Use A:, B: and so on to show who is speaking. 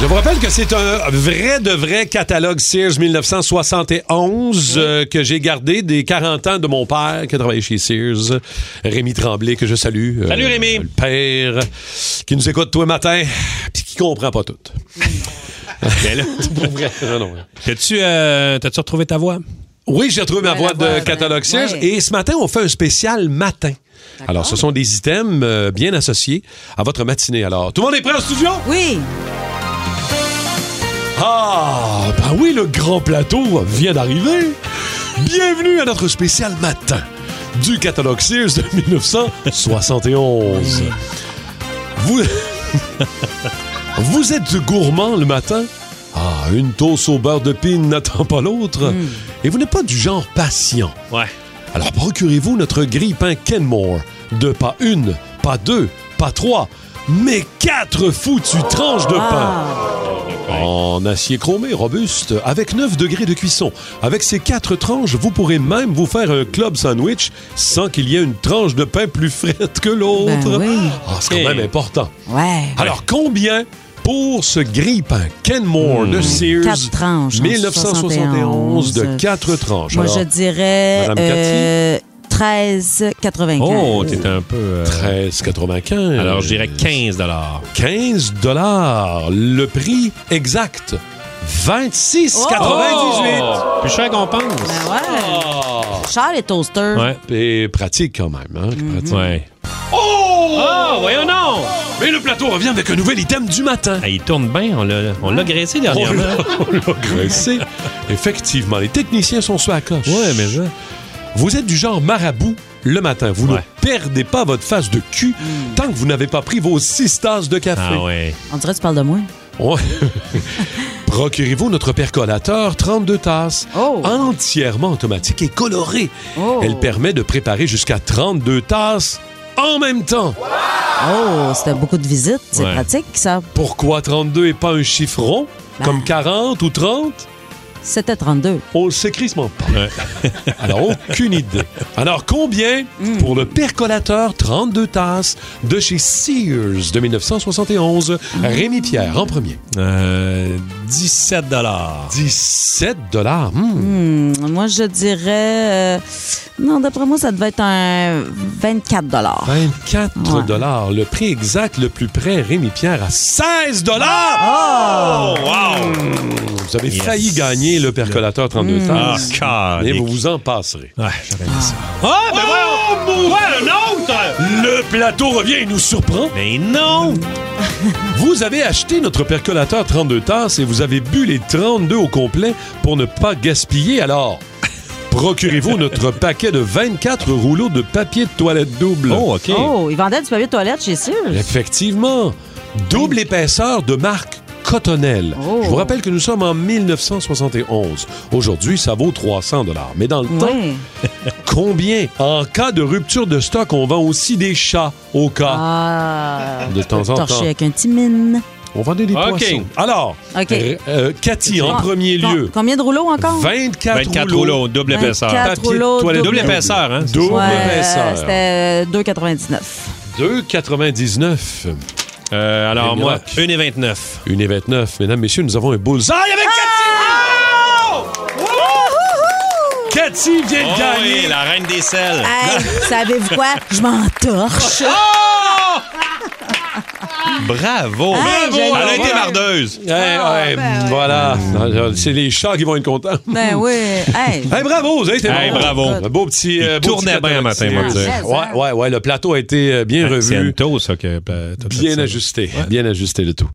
A: Je vous rappelle que c'est un vrai de vrai catalogue Sears 1971 euh, que j'ai gardé des 40 ans de mon père qui a travaillé chez Sears, Rémi Tremblay, que je salue. euh,
B: Salut, Rémi.
A: Le père qui nous écoute tous les matins puis qui comprend pas tout.
B: Mais là,
A: Pour vrai. Non, non, ouais.
B: t'as-tu euh, t'as-tu retrouvé ta voix?
A: Oui, j'ai retrouvé ma
C: Ouais,
A: voix
C: la voix
A: de
C: de-
A: catalogue Sears.
C: ouais.
A: Et ce matin, on fait un spécial matin. Alors, ce sont des items euh, bien associés à votre matinée. Alors, tout le monde est prêt en studio?
C: Oui.
A: Ah, ben oui, le grand plateau vient d'arriver. Bienvenue à notre spécial matin du catalogue Sears de 1971. Vous, vous êtes gourmand le matin? Ah, une toast au beurre de pine n'attend pas l'autre. Et vous n'êtes pas du genre patient.
B: Ouais.
A: Alors procurez-vous notre grille-pain Kenmore. De pas une, pas deux, pas trois, mais quatre foutues tranches de
C: Ah.
A: pain. En acier chromé, robuste, avec 9 degrés de cuisson. Avec ces quatre tranches, vous pourrez même vous faire un club sandwich sans qu'il y ait une tranche de pain plus frette que l'autre.
C: Ben oui.
A: Ah, c'est quand
B: Ok.
A: même important.
C: Ouais.
A: Alors, combien pour ce grille-pain Kenmore de Sears
C: Hmm. Quatre tranches hein, en
A: 1971 de
C: 71.
A: quatre tranches?
C: Moi,
A: Alors,
C: je dirais
A: Madame
C: euh, 13,95.
B: Oh, t'es un peu. euh,
A: 13,95.
B: Alors, je dirais 15
A: 15 dollars. Le prix exact, 26,98.
B: Oh! Plus cher qu'on pense.
C: Ben ouais. Cher les toasters.
B: Ouais.
A: Et pratique quand même. Hein?
C: Hmm.
A: pratique.
B: Ouais.
A: Oh!
B: Oh, voyons non!
A: Mais le plateau revient avec un nouvel item du matin.
B: il tourne bien, on l'a, on
A: Ah.
B: l'a graissé
A: On
B: dernièrement.
A: l'a on
B: Oh,
A: l'a graissé. Effectivement, les techniciens sont sur la coche.
B: Ouais, mais ça.
A: Vous êtes du genre marabout le matin. Vous
B: Ouais. Hmm.
A: ne perdez pas votre face de cul tant que vous n'avez pas pris vos six tasses de café.
B: Ah ouais.
C: On dirait que tu parles de moi.
A: Ouais. Procurez-vous notre percolateur 32 tasses,
C: Oh.
A: entièrement automatique et colorée.
C: Oh.
A: Elle permet de préparer jusqu'à 32 tasses en même temps.
C: Oh, c'était beaucoup de visites. C'est
B: Ouais.
C: pratique, ça.
A: Pourquoi 32 et pas un chiffre rond,
B: Bah.
C: Ben.
A: comme 40 ou 30?
C: C'était 32.
A: On le sait crissement pas. Alors, aucune idée. Alors, combien pour le percolateur 32 tasses de chez Sears de 1971? Rémi Pierre en premier.
B: Euh, 17 dollars.
A: 17 dollars.
C: Hmm, moi, je dirais. euh, non, d'après moi, ça devait être un 24
A: 24
C: Ouais.
A: dollars. Le prix exact le plus près, Rémi Pierre, à 16 dollars. Ah.
B: Oh, wow!
A: Vous avez
B: Yes.
A: failli gagner le percolateur 32
B: Ah,
A: tasses.
B: car.
A: Et vous vous en passerez.
B: Ouais, j'avais mis ça. Ah, ben
A: mon-
B: Ouais, un autre!
A: Le plateau revient et nous surprend.
B: Mais non!
A: Vous avez acheté notre percolateur 32 tasses et vous avez bu les 32 au complet pour ne pas gaspiller. Alors, procurez-vous notre paquet de 24 rouleaux de papier de toilette double.
B: Oh, OK.
C: Oh, ils vendaient du papier de toilette chez Sears.
A: Effectivement, double épaisseur de marque Cottonelle.
C: Oh.
A: Je vous rappelle que nous sommes en 1971. Aujourd'hui, ça vaut 300 dollars. Mais dans le temps,
C: Oui.
A: combien En cas de rupture de stock, on vend aussi des chats au cas.
C: Ah.
A: De temps en
C: Torché
A: temps,
C: avec un timine.
A: on vendait des
B: OK.
A: poissons. Alors,
C: OK.
A: r- euh, Cathy, en
C: Ah,
A: premier
C: com-
A: lieu,
C: Combien de rouleaux encore?
A: 24,
B: 24 rouleaux, double
C: 24
B: épaisseur.
A: papier de
C: rouleaux,
A: toilette
B: Double
C: double.
B: épaisseur, hein? c'est
A: Double
B: ça?
C: Ouais, euh,
A: épaisseur.
C: C'était 2,99.
A: 2,99.
B: Euh, alors,
A: Les
B: moi,
A: Mirocs.
B: 1,29.
A: 1,29. Mesdames, messieurs, nous avons un bullseye avec
B: Ah!
A: Cathy! Cathy vient de
B: Oh,
A: gagner
B: oui, la reine des selles.
C: Hey, savez-vous quoi? Je m'entorche.
B: Bravo!
C: Hey,
B: Bravo!
C: j'ai
B: Elle a
C: le
B: été
C: droit.
B: mardeuse.
A: Eh,
C: Ah,
A: ouais, voilà. Non, C'est les chats qui vont être contents.
C: Ben oui. Hey.
A: Hey, bravo, vous avez été
B: Hey,
A: bon.
B: bravo.
A: Un beau petit. euh,
B: Il
A: beau
B: tournait
A: petit
B: bien
A: plateau.
B: un matin, moi,
C: je veux dire.
A: Ouais, ouais, ouais. Le plateau a été euh, bien
B: C'est
A: revu,
B: Anto, ça, que... euh, t'as fait
A: bien
B: ça.
A: ajusté, bien ajusté le tout.